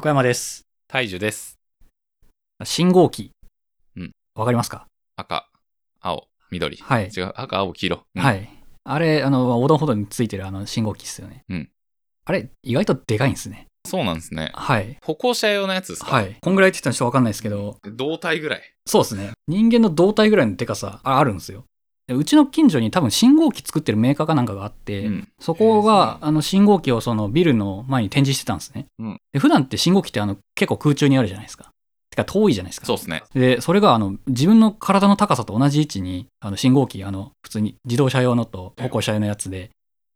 小山です。大樹です。信号機。うん。わかりますか、赤、青、緑。はい違う、赤、青、黄色。うんはい。あれ、あの、横断歩道についてるあの信号機っすよね。うん。あれ、意外とでかいんですね。そうなんですね。はい。歩行者用のやつですかはい。こんぐらいって言ったらちょっとわかんないですけど、胴体ぐらい。そうですね。人間の胴体ぐらいのでかさ、ああるんですよ。でうちの近所に多分信号機作ってるメーカーかなんかがあって、うんそこがへーそうなん、だあの信号機をそのビルの前に展示してたんですね。うんで普段って信号機ってあの結構空中にあるじゃないですか。てか遠いじゃないですか。そうですね。で、それがあの自分の体の高さと同じ位置にあの信号機、あの普通に自動車用のと歩行者用のやつで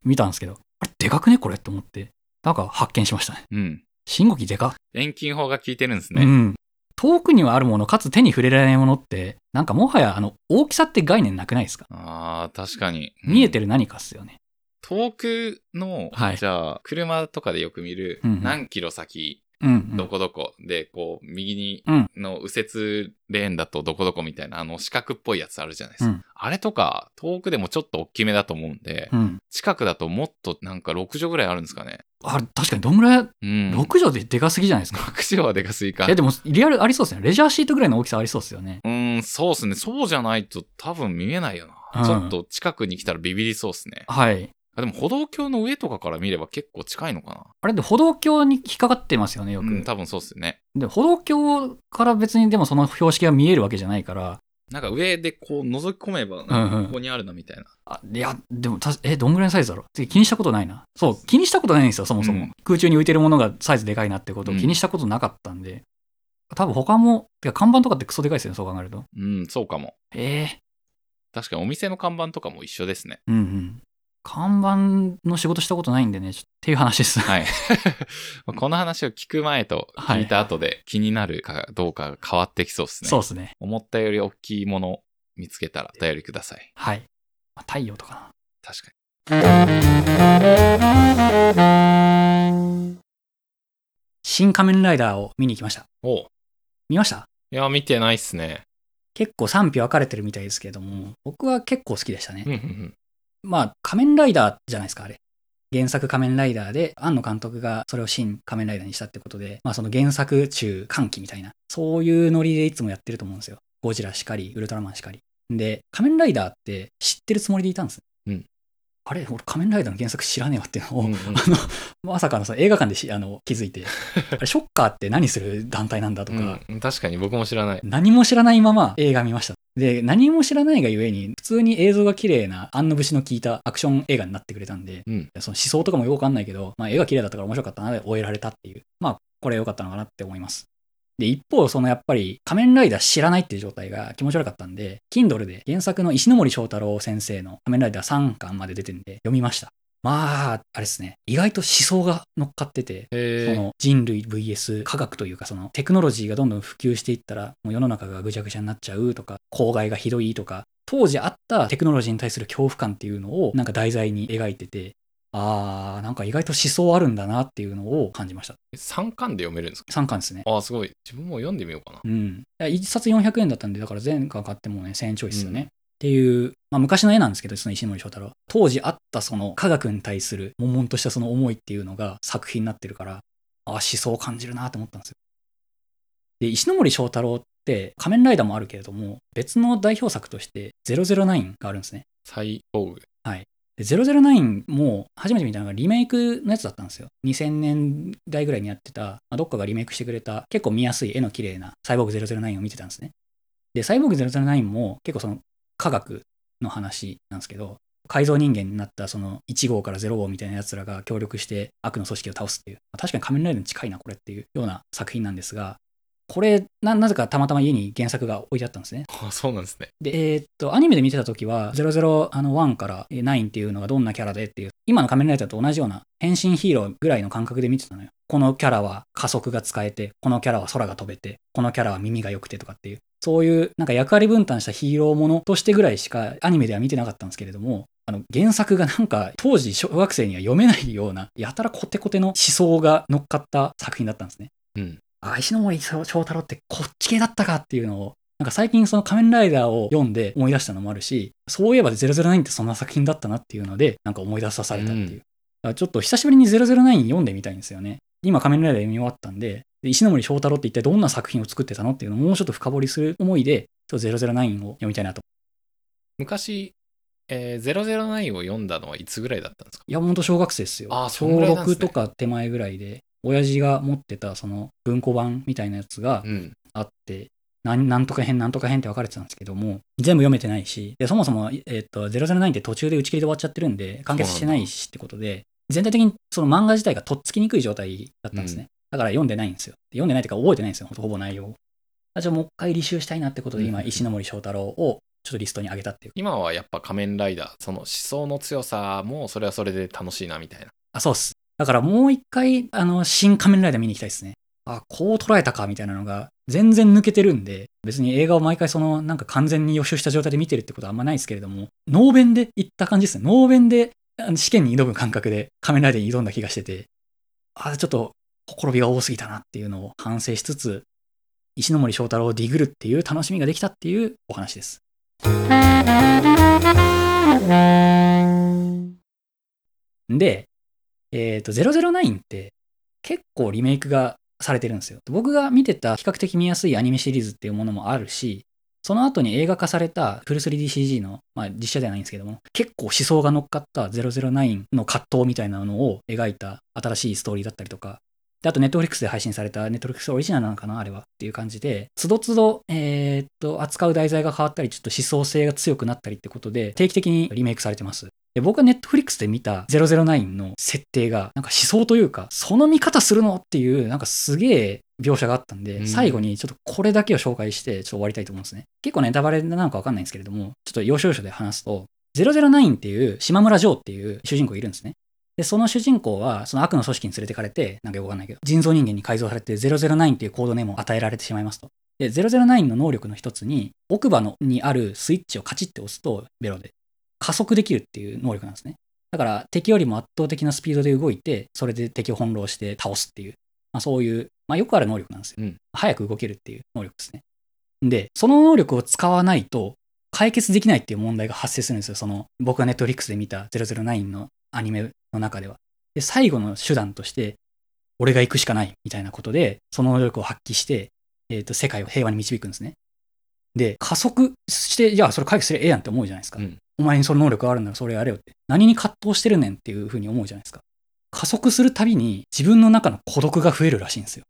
見たんですけど、あれでかくねこれと思って、なんか発見しましたね。うん。信号機でかっ、遠近法が効いてるんですうね。ん。遠くにはあるもの、かつ手に触れられないものって、なんかもはやあの大きさって概念なくないですかああ、確かに。見えてる。る何かっすよね。遠くの、はいじゃあ、車とかでよく見る、うんうん何キロ先、うん、うどん。こどこで、こう、右に、うんの右折レーンだとどこどこみたいな、あの四角っぽいやつあるじゃないですうか。んあれとか、遠くでもちょっと大きめだと思うんで、うん。近くだともっとなんか6畳ぐらいあるんですかね。あれ、確かにどんぐらい、うん。 6畳ででかすぎじゃないですか。 6畳はでかすぎかえ、。でもリアルありそうですね。レジャーシートぐらいの大きさありそうですよね。うーん、そうっすね。そうじゃないと多分見えないよな。うんちょっと近くに来たらビビりそうっすね。はい。あでも歩道橋の上とかから見れば結構近いのかあれで歩道橋に引っかかってますよね、よな。く。うん、多分そうっすね。で歩道橋から別にでもその標識が見えるわけじゃないからなんか上でこう覗き込めんば、うんここにあるなみたいな。あいやでもたえどんぐらいのサイズだろうて気にしたことないなそう気にしたことないんですよそもそも、うん空中に浮いてるものがサイズでかいなってことをうん気にしたことなかったんで、多分他もてか看板とかってクソでかいですよねそう考えるとうん、そうかも。え確かにお店の看板とかも一緒ですね。えうんうん看板の仕事したことないんでねちょっとっていう話です はい。この話を聞く前と聞いた後で気になるかどうかが変わってきそうですね。そうですね思ったより大きいもの見つけたらお便りください。はい、まあ太陽とかな確か新仮面ライダーを見に行きましたに。おう見ましたいや、見てないっすね。結構賛否分かれてるみたいですけれども僕は結構好きでしたね、うんうんうん。まあ、仮面ライダーじゃないですか、あれ。原作仮面ライダーで、庵野監督がそれを新仮面ライダーにしたってことで、まあその原作中歓喜みたいな、そういうノリでいつもやってると思うんですよ。ゴジラしかり、ウルトラマンしかり。で、仮面ライダーって知ってるつもりでいたんです。うんあれ俺仮面ライダーの原作知らねえわっていうのを、うんうんあの、まさかのその映画館でしあの気づい て、あれショッカーって何する団体なんだとか、うん、確かに僕も知らない。何も知らないまま映画見ました。で、何も知らないがゆえに、普通に映像が綺麗な、安の節の効いたアクション映画になってくれたんで、うん。その思想とかもよくわかんないけど、まあ、絵が綺麗だったから面白かったなで終えられたっていう。まあ、これ良かったのかなって思います。で、一方、そのやっぱり仮面ライダー知らないっていう状態が気持ち悪かったんで、Kindle で原作の石ノ森章太郎先生の仮面ライダー3巻まで出てんで読みました。まあ、あれですね、意外と思想が乗っかってて、そへえ。の人類 VS 科学というかそのテクノロジーがどんどん普及していったらもう世の中がぐちゃぐちゃになっちゃうとか公害がひどいとか当時あったテクノロジーに対する恐怖感っていうのをなんか題材に描いててあーなんか意外と思想あるんだなっていうのを感じました3巻で読めるんですか3巻ですねああ、すごい。自分も読んでみようかな。うん1冊400円だったんでだから全巻買ってもね1000円ちょいですよね、っていう、まあ、昔の絵なんですけど、その石森章太郎。当時あったその科学に対する悶々としたその思いっていうのが作品になってるから、あ思想を感じるなと思ったんですよ。で、石森章太郎って仮面ライダーもあるけれども、別の代表作として009があるんですね。サイボーグ。で009も初めて見たのがリメイクのやつだったんですよ。2000年代ぐらいにやってた、まあどっかがリメイクしてくれた、結構見やすい絵の綺麗なサイボーグ009を見てたんですね。で、サイボーグ009も結構その科学の話なんですけど、改造人間になったその1号から0号みたいな奴らが協力して悪の組織を倒すっていう、まあ確かに仮面ライダーに近いな、これっていうような作品なんですが、これな、なぜかたまたま家に原作が置いてあったんですね。 あそうなんですね。で、えーっと、アニメで見てた時は、001からえー9っていうのがどんなキャラでっていう、今の仮面ライダーと同じような変身ヒーローぐらいの感覚で見てたのよ。このキャラは加速が使えて、このキャラは空が飛べて、このキャラは耳が良くてとかっていう、そういうなんか役割分担したヒーローものとしてぐらいしかアニメでは見てなかったんですけれども、あの原作がなんか当時小学生には読めないような、やたらコテコテの思想が乗っかった作品だったんですね。うん。あ、石ノ森章太郎ってこっち系だったかっていうのを、なんか最近その仮面ライダーを読んで思い出したのもあるし、そういえば009ってそんな作品だったなっていうので、なんか思い出さされたっていう。うんだからちょっと久しぶりに009読んでみたいんですよね。今仮面ライダー読み終わったんで、で石ノ森章太郎って一体どんな作品を作ってたのっていうのをもうちょっと深掘りする思いで、ちょっと009を読みたいなと。昔、えー、009を読んだのはいつぐらいだったんですかいや、ほんと小学生ですよ。あーそ小んぐらいなんですね6とか手前ぐらいで、親父が持ってたその文庫版みたいなやつがうん。あって、なんなんとか編、なんとか編って分かれてたんですけども、全部読めてないし、でそもそも、えっと009って途中で打ち切りで終わっちゃってるんで、完結してないしってことで、全体的にその漫画自体がとっつきにくい状態だったんですね。だから読んでないんですよ。で読んでないっていうか覚えてないんですよ、ほとほぼ内容を。あじゃあもう一回履修したいなってことで、今、うん石ノ森章太郎をちょっとリストに上げたっていう。今はやっぱ仮面ライダー、その思想の強さもそれはそれで楽しいなみたいな。あ、そうっす。だからもう一回、あの、新仮面ライダー見に行きたいですね。あ、こう捉えたか、みたいなのが、全然抜けてるんで、別に映画を毎回その、なんか完全に予習した状態で見てるってことはあんまないですけれども、能弁で行った感じですね。能弁で、あの試験に挑む感覚で仮面ライダーに挑んだ気がしてて、あ、ちょっと、ほころびが多すぎたなっていうのを反省しつつ、石ノ森章太郎をディグるっていう楽しみができたっていうお話です。で、えっ、と、009って結構リメイクがされてるんですよ。僕が見てた比較的見やすいアニメシリーズっていうものもあるし、その後に映画化されたフル 3DCG の、まあ、実写ではないんですけども、結構思想が乗っかった009の葛藤みたいなのを描いた新しいストーリーだったりとか、であと、ネットフリックスで配信された、ネットフリックスオリジナルなのかな、あれはっていう感じで、つどつど、えーっと、扱う題材が変わったり、ちょっと思想性が強くなったりってことで、定期的にリメイクされてます。で僕がネットフリックスで見た009の設定が、なんか思想というか、その見方するのっていう、なんかすげえ描写があったんで、うん最後にちょっとこれだけを紹介して、ちょっと終わりたいと思うんですね。結構ネタバレなのかわかんないんですけれども、ちょっと要所要所で話すと、009っていう島村城っていう主人公いるんですね。で、その主人公は、その悪の組織に連れてかれて、なんかよくわかんないけど、人造人間に改造されて009っていうコードネームを与えられてしまいますと。で、009の能力の一つに、奥歯のにあるスイッチをカチッて押すと、ベロで、加速できるっていう能力なんですね。だから、敵よりも圧倒的なスピードで動いて、それで敵を翻弄して倒すっていう、まあそういう、まあよくある能力なんですよ。うん早く動けるっていう能力ですね。で、その能力を使わないと、解決できないっていう問題が発生するんですよ。その、僕がネットフリックスで見た009のアニメの中では。で、最後の手段として、俺が行くしかないみたいなことで、その能力を発揮して、えっ、と、世界を平和に導くんですね。で、加速して、じゃあそれ解決すればええやんって思うじゃないですか。うんお前にその能力があるならそれやれよって。何に葛藤してるねんっていうふうに思うじゃないですか。加速するたびに自分の中の孤独が増えるらしいんですよ。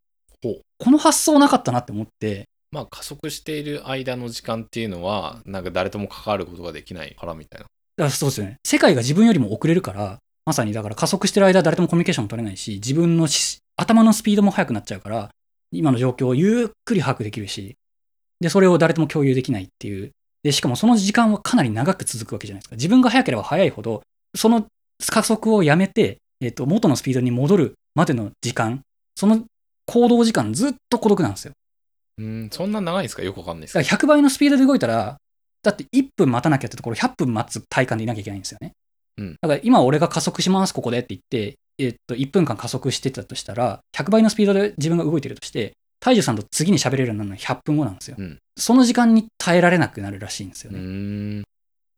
ほうこの発想なかったなって思って、まあ加速している間の時間っていうのは、なんか誰とも関わることができないからみたいだな。からそうですよね。世界が自分よりも遅れるから、まさにだから加速してる間誰ともコミュニケーションも取れないし、自分のし頭のスピードも速くなっちゃうから、今の状況をゆっくり把握できるし、で、それを誰とも共有できないっていう。で、しかもその時間はかなり長く続くわけじゃないですか。自分が速ければ速いほど、その加速をやめて、えっ、と、元のスピードに戻るまでの時間、その行動時間ずっと孤独なんですよ。うん、そんな長いんですかよくわかんないですけだど。から100倍のスピードで動いたら、だって1分待たなきゃってところ、100分待つ体感でいなきゃいけないんですよね。うんだから今俺が加速します、ここでって言って、えっと、1分間加速してたとしたら、100倍のスピードで自分が動いてるとして、大樹さんと次に喋れるようになるのは100分後なんですよ。うんその時間に耐えられなくなるらしいんですようね。ん。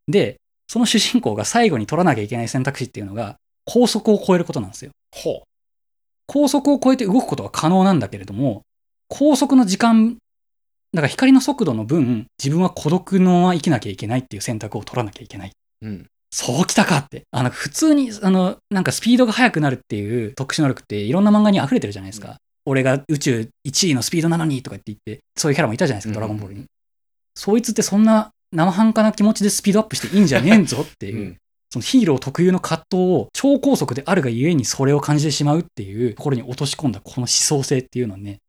で、その主人公が最後に取らなきゃいけない選択肢っていうのが、高速を超えることなんですよ。ほ高速を超えて動くことは可能なんだけれども、高速の時間、だから光の速度の分、自分は孤独のまま生きなきゃいけないっていう選択を取らなきゃいけない。う。うん。そうきたかって。あの、普通に、あの、なんかスピードが速くなるっていう特殊能力っていろんな漫画に溢れてるじゃないですか。う俺が宇宙1位のスピードなのにとかって言って、そういうキャラもいたじゃないですか、ドラゴンボールに。うんそいつってそんな生半可な気持ちでスピードアップしていいんじゃねえんぞっていうう。ん。そのヒーロー特有の葛藤を超高速であるがゆえにそれを感じてしまうっていうところに落とし込んだこの思想性っていうのはね、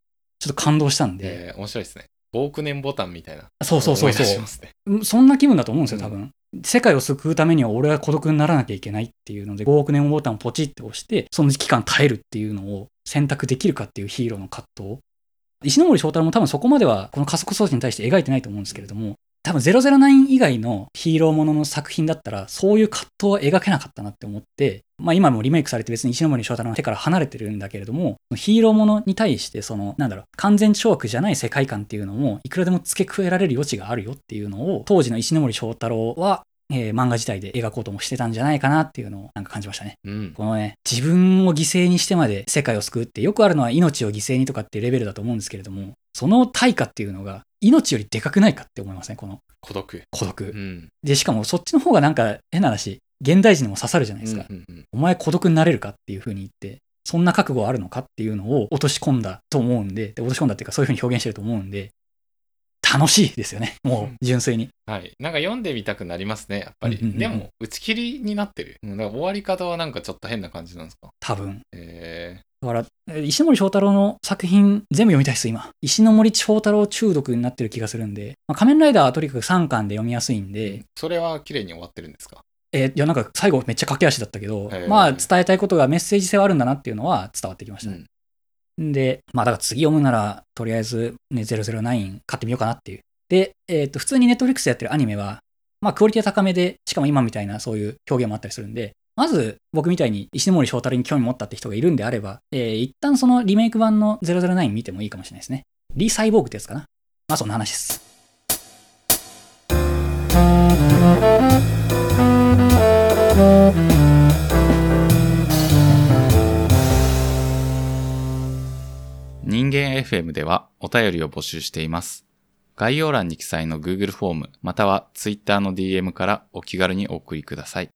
ちょっと感動したんで、えー面白いですね。5億年ボタンみたいな。そうそうそう思い出しそますね。う、そんな気分だと思うんですよ、多分。世界を救うためには俺は孤独にならなきゃいけないっていうので、5億年ボタンをポチって押して、その期間耐えるっていうのを選択できるかっていうヒーローの葛藤。石ノ森章太郎も多分そこまではこの加速装置に対して描いてないと思うんですけれども、多分009以外のヒーローものの作品だったら、そういう葛藤は描けなかったなって思って、まあ今もリメイクされて別に石ノ森章太郎の手から離れてるんだけれども、ヒーローものに対して、その、なんだろう、完全懲悪じゃない世界観っていうのも、いくらでも付け加えられる余地があるよっていうのを、当時の石ノ森章太郎は、えー漫画自体で描こうともしてたんじゃないかなっていうのをなんか感じましたね。うん。このね、自分を犠牲にしてまで世界を救うってよくあるのは命を犠牲にとかっていうレベルだと思うんですけれども、その対価っていうのが命よりでかくないかって思いますね、この孤独。孤独。うん。で、しかもそっちの方がなんか変な話、現代人にも刺さるじゃないですか。うんうんうんお前孤独になれるかっていう風に言って、そんな覚悟あるのかっていうのを落とし込んだと思うんで、で落とし込んだっていうかそういう風に表現してると思うんで、楽しいですよね。もう純粋に。はい。なんか読んでみたくなりますね、やっぱり。うんうんうんでも、打ち切りになってる。うんだから終わり方はなんかちょっと変な感じなんですか。多分。えだから、えー石森章太郎の作品全部読みたいです、今。石の森章太郎中毒になってる気がするんで、まあ、仮面ライダーはとにかく3巻で読みやすいんで、ー、それは綺麗に終わってるんですかえーいや、なんか最後めっちゃ駆け足だったけど、へーまあ伝えたいことがメッセージ性はあるんだなっていうのは伝わってきましたね。で、まあだから次読むなら、とりあえず、ね、009買ってみようかなっていう。で、えっ、と、普通に Netflix でやってるアニメは、まあクオリティ高めで、しかも今みたいなそういう表現もあったりするんで、まず僕みたいに石森章太郎に興味持ったって人がいるんであれば、えー一旦そのリメイク版の009見てもいいかもしれないですね。リサイボーグってやつかな。まあそんな話です。人間 FM ではお便りを募集しています。概要欄に記載の Google フォームまたは Twitter の DM からお気軽にお送りください。